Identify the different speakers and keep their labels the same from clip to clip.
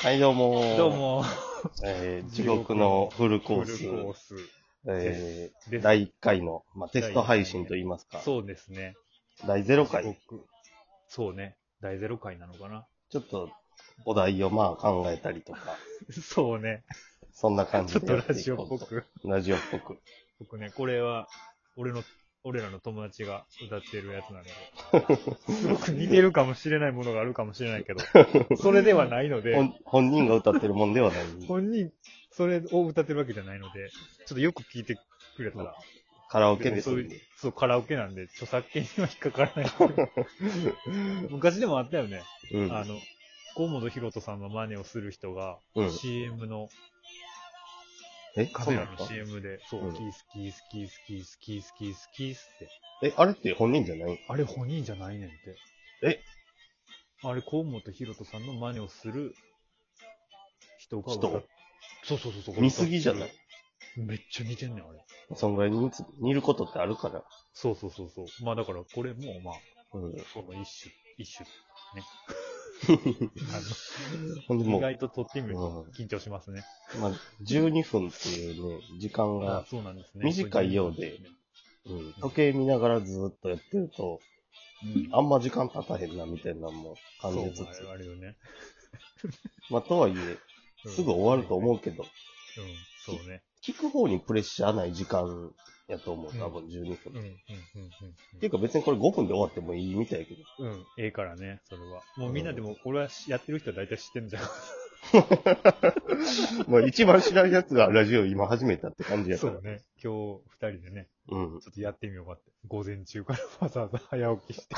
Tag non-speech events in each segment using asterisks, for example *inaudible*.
Speaker 1: はい、どうもー
Speaker 2: どう。も、
Speaker 1: えー地獄のフルコース。
Speaker 2: フルコース
Speaker 1: えー
Speaker 2: です
Speaker 1: 第1回の、まあ、テスト配信といいますか。
Speaker 2: そうですね。
Speaker 1: 第0回。
Speaker 2: 地獄そうね。第0回なのかな。 *laughs*
Speaker 1: ちょっと、お題をまあ考えたりとか、
Speaker 2: そうね。
Speaker 1: そんな感
Speaker 2: ち
Speaker 1: じ
Speaker 2: ょっ
Speaker 1: で
Speaker 2: と
Speaker 1: や
Speaker 2: ラ
Speaker 1: てい
Speaker 2: ジオっ
Speaker 1: こ
Speaker 2: ぽ
Speaker 1: うと。
Speaker 2: く。
Speaker 1: ラジオっぽく。
Speaker 2: 僕ね、これは、俺の、俺らの友達が歌ってるやつなんで。すごく似てるかもしれないものがあるかもしれないけど、それではないの
Speaker 1: *laughs* ほ
Speaker 2: で、
Speaker 1: ん本人が歌ってるもんではない。
Speaker 2: *laughs* 本人、それを歌ってるわけじゃないので、ちょっとよく聞いてくれたら。
Speaker 1: カラオケです
Speaker 2: そ
Speaker 1: ん
Speaker 2: う
Speaker 1: で
Speaker 2: いう、そう、カラオケなんで、著作権には引っかからない。昔でもあったよね。
Speaker 1: うん。
Speaker 2: あの、河本ロ人さんの真似をする人が、
Speaker 1: うん
Speaker 2: CM の、
Speaker 1: え、
Speaker 2: カ
Speaker 1: そう
Speaker 2: メ
Speaker 1: な
Speaker 2: ラ
Speaker 1: の
Speaker 2: の CM で、そうう、
Speaker 1: ん
Speaker 2: キース、キース、キース、キース、キース、キース、キースって。
Speaker 1: え、あれって本人じゃない
Speaker 2: あれ本人じゃないねんって。
Speaker 1: え
Speaker 2: あれ河本ロ人さんの真似をする人が
Speaker 1: 人
Speaker 2: 歌っそうそうそうそう。
Speaker 1: 見すぎじゃない
Speaker 2: めっちゃ似てんねん、あれ。
Speaker 1: そんぐらいに似つ似ることってあるから。
Speaker 2: そうそうそうそう。まあだからこれも、まあ、
Speaker 1: うん。
Speaker 2: その一種、一種。ね。
Speaker 1: ほん
Speaker 2: あ
Speaker 1: で
Speaker 2: の
Speaker 1: *laughs* もう、
Speaker 2: 意外と撮ってみると
Speaker 1: うん
Speaker 2: 緊張しますね。
Speaker 1: まあ、12分っていうね、時間
Speaker 2: あ
Speaker 1: が、
Speaker 2: そうなんですね。
Speaker 1: 短いようでうん時計見ながらずーっとやってると、
Speaker 2: うん
Speaker 1: あんま時間経たへんなみたいなのも感じつつ
Speaker 2: そう、あれよね。
Speaker 1: まあ、とはいえ、
Speaker 2: うん
Speaker 1: すぐ終わると思うけど、
Speaker 2: うん、そうね。
Speaker 1: 聞く方にプレッシャーない時間やと思う、多分12
Speaker 2: うん、う
Speaker 1: 分。
Speaker 2: ん、うん、
Speaker 1: っていうか別にこれ5分で終わってもいいみたいや
Speaker 2: *laughs*
Speaker 1: けど。
Speaker 2: うん。うん、ええからね、それは。もうみんなでも、俺はやってる人は大体知ってんじゃん。
Speaker 1: まあ一番知らんやつがラジオ今始めたって感じやか
Speaker 2: そ
Speaker 1: ら。
Speaker 2: うね。今日、二人でね、
Speaker 1: うん。 *laughs*
Speaker 2: ちょっとやってみようかって。午前中からわざわざ早起きして。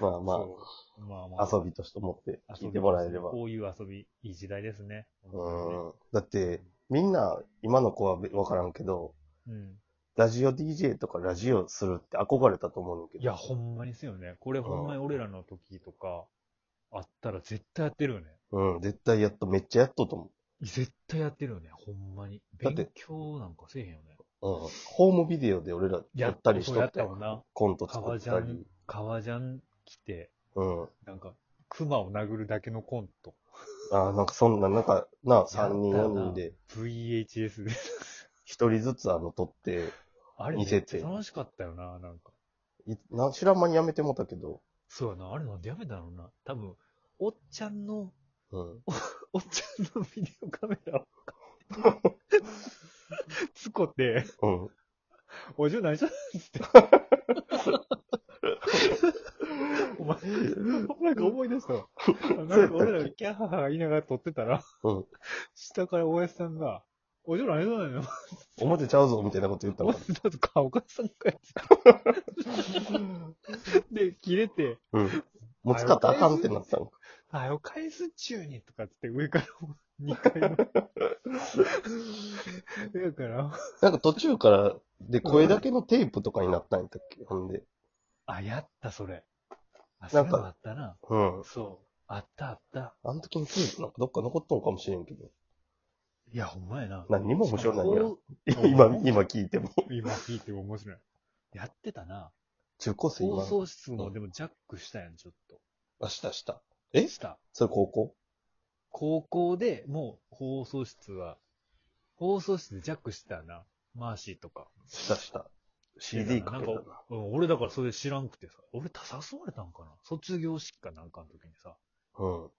Speaker 1: まあま
Speaker 2: そうまあま
Speaker 1: あ、
Speaker 2: あ。
Speaker 1: 遊びとして思って聞いてもらえれば。
Speaker 2: こういう遊び、いい時代ですね。
Speaker 1: うん。だって、みんな、今の子はわからんけど、
Speaker 2: うん。
Speaker 1: ラジオ DJ とかラジオするって憧れたと思うんだけど。
Speaker 2: いや、ほんまにですよね。これほんまに俺らの時とか、あったら絶対やってるよね。
Speaker 1: うん、絶対やっと、めっちゃやっとと思
Speaker 2: 絶対やってるよね、ほんまに。
Speaker 1: だって
Speaker 2: 勉強なんかせえへんよね。
Speaker 1: う。うん。ホームビデオで俺らやったりし
Speaker 2: そう
Speaker 1: と
Speaker 2: や
Speaker 1: っ
Speaker 2: ったた
Speaker 1: よ
Speaker 2: もんな。
Speaker 1: コント作
Speaker 2: 革
Speaker 1: っ
Speaker 2: ジ
Speaker 1: た
Speaker 2: ャン
Speaker 1: り。、
Speaker 2: 革ジャン着て、
Speaker 1: うん。あ
Speaker 2: なんか、熊を殴るだけのコント。
Speaker 1: ーなんかそんな、なんか、なあ、
Speaker 2: た
Speaker 1: 3
Speaker 2: な
Speaker 1: 人、4人で、
Speaker 2: VHS で。
Speaker 1: 1人ずつあの、撮って、
Speaker 2: あれ、
Speaker 1: 見せ
Speaker 2: めってちゃ楽しかったよな、なんか。
Speaker 1: いな知らん間にやめてもうたけど、
Speaker 2: そうやな、あれなんでやめたのな。多分、おっちゃんの、
Speaker 1: うん。
Speaker 2: おっちゃんのビデオカメラを
Speaker 1: *laughs*
Speaker 2: 買って。つこって、
Speaker 1: うん。
Speaker 2: おじゅう何しゃんって。お前、なんか思い出したわ。なんか俺らがキャーハーハー言いながら撮ってたら、
Speaker 1: うん
Speaker 2: 下から大家さんが、お嬢何じゃないの
Speaker 1: 表ちゃうぞ、みたいなこと言った
Speaker 2: お
Speaker 1: の
Speaker 2: 前
Speaker 1: か
Speaker 2: だとか、お母さんかや *laughs* って。で、切れて、
Speaker 1: な。うん。もう使ったらあかんってなったのか。
Speaker 2: あよ、返す中にとかっつって上から2階の。上から、
Speaker 1: なんか途中から、で、声だけのテープとかになったんやったっけほんで。
Speaker 2: あ、やった、それ。あ、
Speaker 1: な
Speaker 2: そ
Speaker 1: ん
Speaker 2: れ
Speaker 1: か
Speaker 2: もあったな。
Speaker 1: うん。
Speaker 2: そう。あった、あった。
Speaker 1: あの時のテープなんかどっか残っとんかもしれんけど。
Speaker 2: いや、ほんまやな。
Speaker 1: 何にも面白ないやん。
Speaker 2: そう
Speaker 1: 今、今聞いても。
Speaker 2: 今聞いても面白い。やってたな。
Speaker 1: 中高生
Speaker 2: 放
Speaker 1: 今、
Speaker 2: 送室もでもジャックしたやん、ちょっと。
Speaker 1: 明日した。え
Speaker 2: した。
Speaker 1: それ高校
Speaker 2: 高校でもう放送室は、放送室でジャックしてたよな。マーシーとか。
Speaker 1: したした。CD かけたな
Speaker 2: な。
Speaker 1: ん
Speaker 2: うん、俺だからそれ知らんくてさ。俺た誘われたんかな卒業式かなんかの時にさ。
Speaker 1: うん。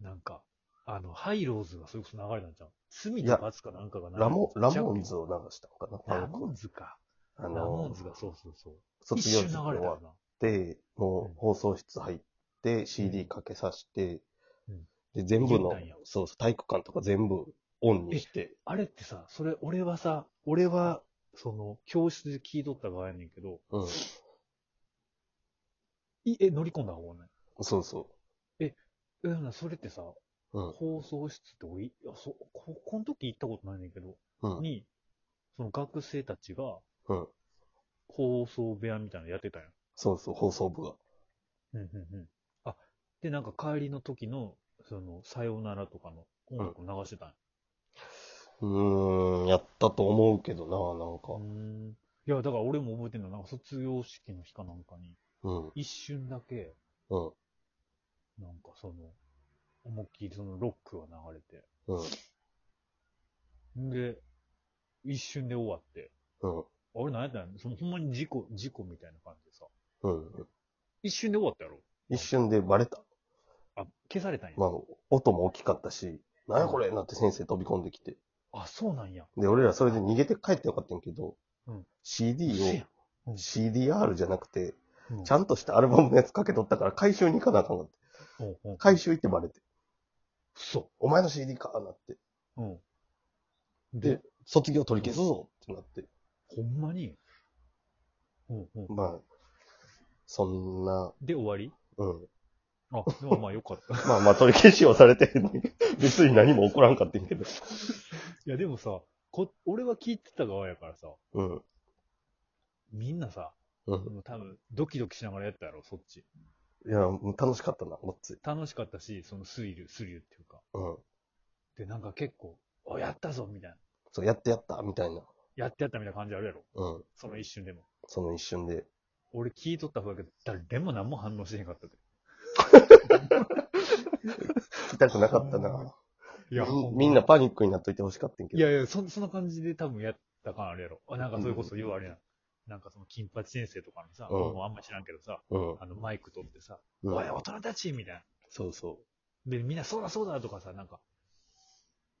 Speaker 2: なんか、あの、ハイローズがそれこそ流れたんじゃん。罪
Speaker 1: いや
Speaker 2: と罰かなんかが流れ
Speaker 1: ラモ、ラ
Speaker 2: ジャック
Speaker 1: モンズを流したのかな
Speaker 2: ラモンズか。
Speaker 1: あ
Speaker 2: ラモン
Speaker 1: の
Speaker 2: ズ、がそうそうそう。
Speaker 1: 卒業式
Speaker 2: 一
Speaker 1: 終
Speaker 2: 瞬流れた
Speaker 1: わ
Speaker 2: よ
Speaker 1: っ
Speaker 2: な。
Speaker 1: て、も
Speaker 2: うん
Speaker 1: う放送室入って、CD かけさして
Speaker 2: うん、
Speaker 1: で、全部
Speaker 2: 言
Speaker 1: の
Speaker 2: うたんや、
Speaker 1: そうそう、体育館とか全部オンにして、
Speaker 2: あれってさ、それ、俺はさ、俺は、その、教室で聞いとった側やねんけど、
Speaker 1: うん。
Speaker 2: いえ、乗り込んだ方がね。
Speaker 1: そうそ
Speaker 2: え、なそれってさ、
Speaker 1: う。うん。
Speaker 2: 放送室って俺、いや、そ、こ、この時行ったことないねんけど、
Speaker 1: うん。
Speaker 2: に、その学生たちが、
Speaker 1: うん。
Speaker 2: 放送部屋みたいなのやってたんや。
Speaker 1: そうそう、放送部が。
Speaker 2: うんうんうん。あ、で、なんか帰りの時の、その、さようならとかの音楽を流してたんや。
Speaker 1: うーん、やったと思うけどな、なん
Speaker 2: う
Speaker 1: か。
Speaker 2: ん。いや、だから俺も覚えてんの、なんか卒業式の日かなんかに、
Speaker 1: うん、
Speaker 2: 一瞬だけ、
Speaker 1: うん、
Speaker 2: なんかその、思いっきりそのロックが流れて、
Speaker 1: うん、
Speaker 2: んで、一瞬で終わって、
Speaker 1: うん、
Speaker 2: あれ何やったんやそのほんまに事故、事故みたいな感じでさ、
Speaker 1: うん。
Speaker 2: 一瞬で終わったやろ
Speaker 1: 一瞬でバレた。
Speaker 2: あ、消されたんや。
Speaker 1: まあ、音も大きかったし、なんやこれなって先生飛び込んできて。
Speaker 2: あ、そうなんや。
Speaker 1: で、俺らそれで逃げて帰ってよかったんやけど、
Speaker 2: うん
Speaker 1: CD
Speaker 2: 嘘やん
Speaker 1: を CDR じゃなくて、
Speaker 2: うん
Speaker 1: ちゃんとしたアルバムのやつかけとったから回収に行かなあかんかって。
Speaker 2: うんうん。
Speaker 1: 回収行ってバレて。
Speaker 2: そ
Speaker 1: お前の CD かなって。
Speaker 2: う。うん。
Speaker 1: で、卒業取り消すぞってなって。
Speaker 2: ほんまに。うんうん。
Speaker 1: まあ、そんな、
Speaker 2: で、終わり
Speaker 1: うん。
Speaker 2: あ、でもまあよかった。い *laughs*
Speaker 1: まあまあ取り消しをされて、別に *laughs* 何も起こらんかってんけど。
Speaker 2: や、でもさ、こ、俺は聞いてた側やからさ、
Speaker 1: うん。
Speaker 2: みんなさ、
Speaker 1: うん。
Speaker 2: もう多分、ドキドキしながらやったやろ、そっち。
Speaker 1: いや、もう楽しかったな、ごっつい。
Speaker 2: 楽しかったし、そのスリル、スリルっていうか。
Speaker 1: うん。
Speaker 2: で、なんか結構、お、やったぞみたいな。
Speaker 1: そう、やってやった、みたいな。
Speaker 2: やってやったみたいな感じあるやろ。
Speaker 1: うん。
Speaker 2: その一瞬でも。
Speaker 1: その一瞬で。
Speaker 2: 俺聞いとった方だけど、誰も何も反応してへんかったで。
Speaker 1: 痛くなかったな。
Speaker 2: いや、
Speaker 1: み
Speaker 2: ほ
Speaker 1: ん
Speaker 2: ま
Speaker 1: みんなパニックになっといてほしかったんやけ
Speaker 2: い
Speaker 1: ど。
Speaker 2: やいや、そそんな感じで多分やった感あるやろ。あなんかそれこそ、要はあれやん。なんかその金八先生とかのさ、
Speaker 1: うん
Speaker 2: もうあんま知らんけどさ、
Speaker 1: うん
Speaker 2: あのマイク取ってさ、
Speaker 1: うん。
Speaker 2: おい、大人たちみたいな。
Speaker 1: そうそ
Speaker 2: で、みんなそうだそうだとかさ、なんか、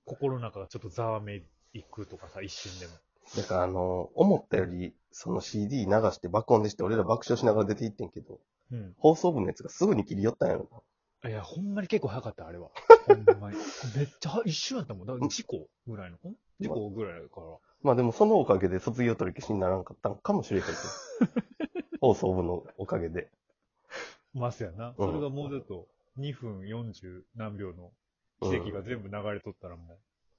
Speaker 2: 心の中がちょっとざわめいくとかさ、一瞬でも。
Speaker 1: う。だから、あの、思ったより、その CD 流して爆音でして、俺ら爆笑しながら出ていってんけど、
Speaker 2: うん。
Speaker 1: 放送部のやつがすぐに切り寄ったんやろ
Speaker 2: いや、ほんまに結構早かった、あれは。ほんまに。めっちゃは一瞬やったもん。だから事故ぐらいの。ん事故ぐらいから。
Speaker 1: まあでもそのおかげで卒業取り消しにならんかったんかもし
Speaker 2: *laughs*
Speaker 1: れへんけど。放送部のおかげで。
Speaker 2: ますやな。
Speaker 1: うん
Speaker 2: それがもうちょっと2分40何秒の奇跡が全部流れとったらも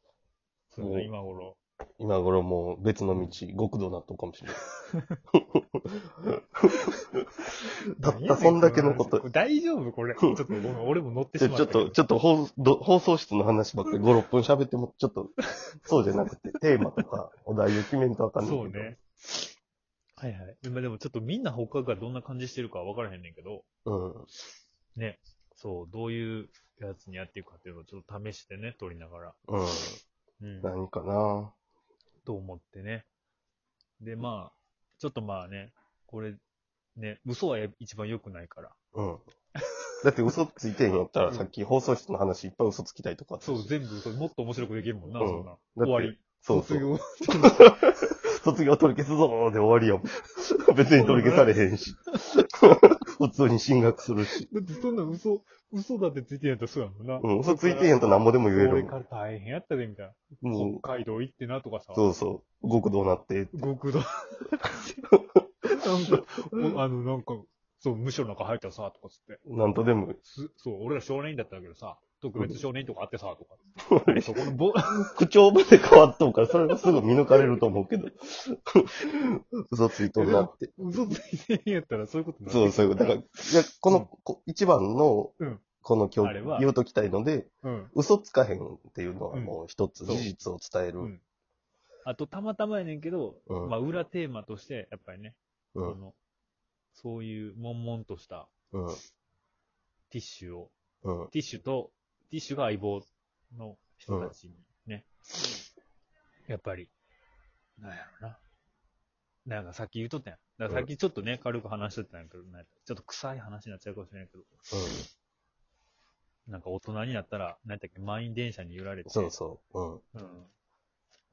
Speaker 2: う、そんな今頃、
Speaker 1: 今頃もう別の道、極道なっとうかもしれない。たったそんだけのこと。
Speaker 2: れ大丈夫これ。ちょっとごめん、俺も乗って
Speaker 1: ち
Speaker 2: し
Speaker 1: ょ
Speaker 2: まっ
Speaker 1: ちょ
Speaker 2: た
Speaker 1: っ
Speaker 2: けど。
Speaker 1: と、ちょっと放ど放送室の話ばっかり5、6分喋っても、ちょっと、そうじゃなく
Speaker 2: *laughs*
Speaker 1: て、テーマとかお題を決めんとあかんねんけど
Speaker 2: そうね。。はいはい。でもでもちょっとみんな他がどんな感じしてるか分からへんねんけど、
Speaker 1: うん。
Speaker 2: ね。そう、どういうやつにやっていくかっていうのをちょっと試してね、撮りながら。
Speaker 1: うん。
Speaker 2: うん。
Speaker 1: 何かな
Speaker 2: と思ってね。で、まあ、ちょっとまあね、これ、ね、嘘はや一番良くないから。
Speaker 1: うん。だって嘘ついてんやったら、さっき放送室の話いっぱい嘘つきたいとかあったし。
Speaker 2: そう、全部嘘、もっと面白くできるもんな、
Speaker 1: うん
Speaker 2: そんな。
Speaker 1: て
Speaker 2: 終わり。
Speaker 1: そうそう。
Speaker 2: 業。
Speaker 1: 卒業取り消すぞーで終わりよ。別に取り消されへん
Speaker 2: *laughs*
Speaker 1: し。普通に進学するし。
Speaker 2: だってそんな嘘、嘘だってついてんやったらそうやもんな。
Speaker 1: うん、嘘ついてへんと何もでも言え
Speaker 2: 俺
Speaker 1: る
Speaker 2: から大変やったで、みたい
Speaker 1: も。
Speaker 2: なん
Speaker 1: も。う、
Speaker 2: 北海道行ってなとかさ。
Speaker 1: そうそう。極道なってって。
Speaker 2: 極道。なん *laughs* か、おあの、なんか、そう、無所の中入ったらさ、とかつって。
Speaker 1: なんとでも、
Speaker 2: すそう、俺ら少年院だったけどさ、特別少年院とかあってさ、とか。
Speaker 1: 俺
Speaker 2: そこのぼ、
Speaker 1: 口調まで変わっとうから、それはすぐ見抜かれると思うけど。嘘ついとんなって。
Speaker 2: 嘘ついてんやったらそういうことになって
Speaker 1: そうそう。だから、いや、この、こ一番の
Speaker 2: うん、
Speaker 1: この今
Speaker 2: あれ
Speaker 1: 日
Speaker 2: は
Speaker 1: 言うときたいので、
Speaker 2: う。うん。
Speaker 1: 嘘つかへんっていうのはもう一つ、
Speaker 2: うん
Speaker 1: 事実を伝え
Speaker 2: う
Speaker 1: る。
Speaker 2: ん。あと、たまたまやねんけど、
Speaker 1: うん
Speaker 2: まあ、裏テーマとして、やっぱりね、
Speaker 1: う
Speaker 2: そ
Speaker 1: ん。
Speaker 2: の、そういう、悶々とした
Speaker 1: うん。
Speaker 2: ティッシュを、
Speaker 1: うん。
Speaker 2: ティッシュと、ティッシュが相棒の人たちにね、やっぱり、なんやろな。なんかさっき言うとったやん。だからさっきちょっとね、軽く話しとったんやけど、なんやちょっと臭い話になっちゃうかもしれないけど、
Speaker 1: うん
Speaker 2: なんか大人になったら、なんだっけ、満員電車に揺られて、
Speaker 1: そうそう。うん。
Speaker 2: うん。ち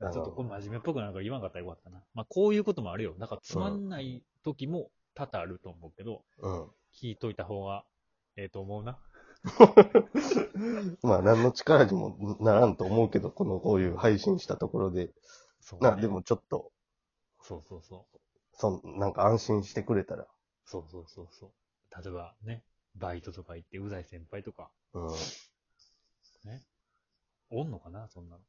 Speaker 1: あ
Speaker 2: ょ
Speaker 1: の
Speaker 2: っとこれ真面目っぽくなんか言わんかったらよかったな。まあこういうこともあるよ。なんかつまんない時も多々あると思うけど、
Speaker 1: うん。
Speaker 2: 聞いといた方がええと思うな。
Speaker 1: まあ、何の力にもならんと思うけど、この、こういう配信したところで。
Speaker 2: そう、
Speaker 1: な、で。もちょっと、
Speaker 2: そうそうそう。
Speaker 1: そん、なんか安心してくれたら。
Speaker 2: そうそうそうそう。例えばね、バイトとか行って、うざい先輩とか、
Speaker 1: うん。
Speaker 2: おんのかな、そんなの。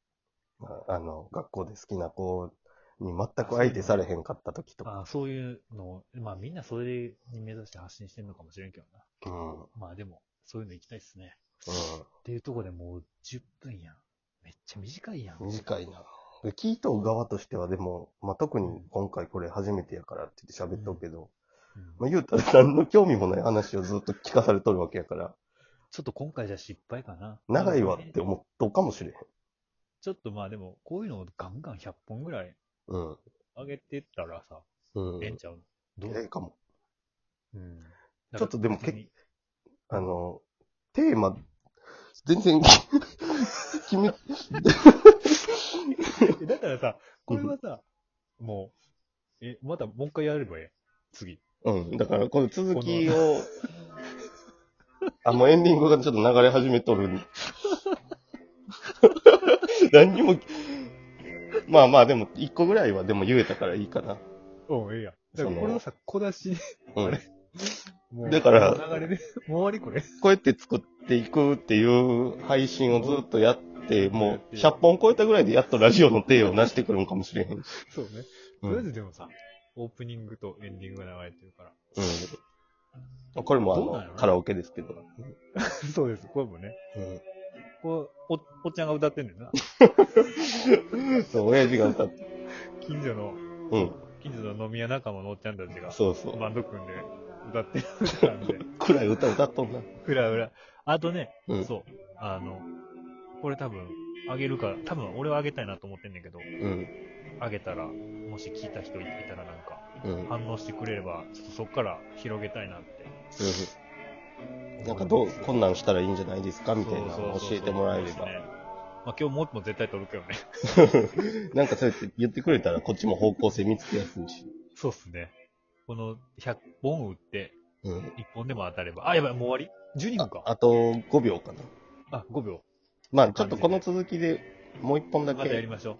Speaker 1: まあ、あの、学校で好きな子に全く相手されへんかった時とか。
Speaker 2: ああそういうのを、まあみんなそれに目指して発信してるのかもしれんけどな。
Speaker 1: うん。うん。
Speaker 2: まあでも、そういうの行きたいっすね。っていうとこでもう10分やん。めっちゃ短いやん。
Speaker 1: 短いな。で聞いとう側としては、でも、まあ、特に今回これ初めてやからって言って喋っとうけど、
Speaker 2: うん
Speaker 1: まあ、言うたら何の興味もない話をずっと聞かされとるわけやから、
Speaker 2: ちょっと今回じゃ失敗かな。
Speaker 1: 長いわって思っとうかもしれへん。
Speaker 2: ちょっとまあでも、こういうのをガンガン100本ぐらい
Speaker 1: うん。
Speaker 2: 上げてったらさ、
Speaker 1: うん。
Speaker 2: ええんちゃうのど
Speaker 1: ええ
Speaker 2: う
Speaker 1: かも。
Speaker 2: うん。
Speaker 1: ちょっとでもけ
Speaker 2: 別に
Speaker 1: あの、テーマ、全然、 *laughs* 決め、
Speaker 2: えだか
Speaker 1: *laughs*
Speaker 2: らさ、これはさ、もう、え、またもう一回やればええ。次。
Speaker 1: うん。だから、この続きを、 *laughs* あ、もうエンディングがちょっと流れ始めとる。 *laughs* 何にも、まあまあ、でも、一個ぐらいはでも言えたからいいかな。
Speaker 2: うん、ええやん。だから
Speaker 1: その
Speaker 2: これはさ、小出し、
Speaker 1: うん。
Speaker 2: もう、
Speaker 1: だから
Speaker 2: もう流れで、もう終わりこれ。 *laughs*
Speaker 1: こうやって作っていくっていう配信をずっとやって、もう100本超えたぐらいでやっとラジオの体を成してくるんかもしれへん。
Speaker 2: そうね。
Speaker 1: う
Speaker 2: とりあえ
Speaker 1: ん。
Speaker 2: ずでもさ、オープニングとエンディングが流れてるから。 *laughs*
Speaker 1: うん、これもあ
Speaker 2: どうなんや
Speaker 1: の
Speaker 2: ろ、
Speaker 1: カラオケですけど。
Speaker 2: そうです、これもね。
Speaker 1: う
Speaker 2: こう、お、おっちゃんが歌ってんねんな。
Speaker 1: ん。そう、親父が歌って。
Speaker 2: 近所の、
Speaker 1: うん。
Speaker 2: 近所の飲み屋仲間のおっちゃんたちが、
Speaker 1: そうそう。
Speaker 2: バンド
Speaker 1: *laughs*
Speaker 2: 組んで歌ってる歌なんで、
Speaker 1: 暗い歌歌っとんな。
Speaker 2: ふらふら。あとね、
Speaker 1: うん。
Speaker 2: そう、あの、これ多分、あげるから、多分俺はあげたいなと思ってんねんけど、
Speaker 1: うん。
Speaker 2: あげたら、もし聞いた人いたらなんか、
Speaker 1: うん。
Speaker 2: 反応してくれれば、ちょっとそっから広げたいなって。
Speaker 1: なんかどう、こんなんしたらいいんじゃないですかみたいな
Speaker 2: そう
Speaker 1: の
Speaker 2: そう
Speaker 1: を
Speaker 2: そう
Speaker 1: 教えてもらえれ
Speaker 2: そう
Speaker 1: ば
Speaker 2: で。すねまあ今日もう一本絶対撮るけどね。
Speaker 1: *laughs*
Speaker 2: *laughs*
Speaker 1: なんかそうやって言ってくれたらこっちも方向性見つけやすいし。
Speaker 2: そうっすね。この100本打って、
Speaker 1: うん。
Speaker 2: 1本でも当たれば。あ、やばい、もう終わり ?12 分
Speaker 1: あ
Speaker 2: か。
Speaker 1: あと5秒かな。
Speaker 2: あ、5秒。
Speaker 1: まあちょっとこの続きでもう一本だ
Speaker 2: またや
Speaker 1: け
Speaker 2: りましょう。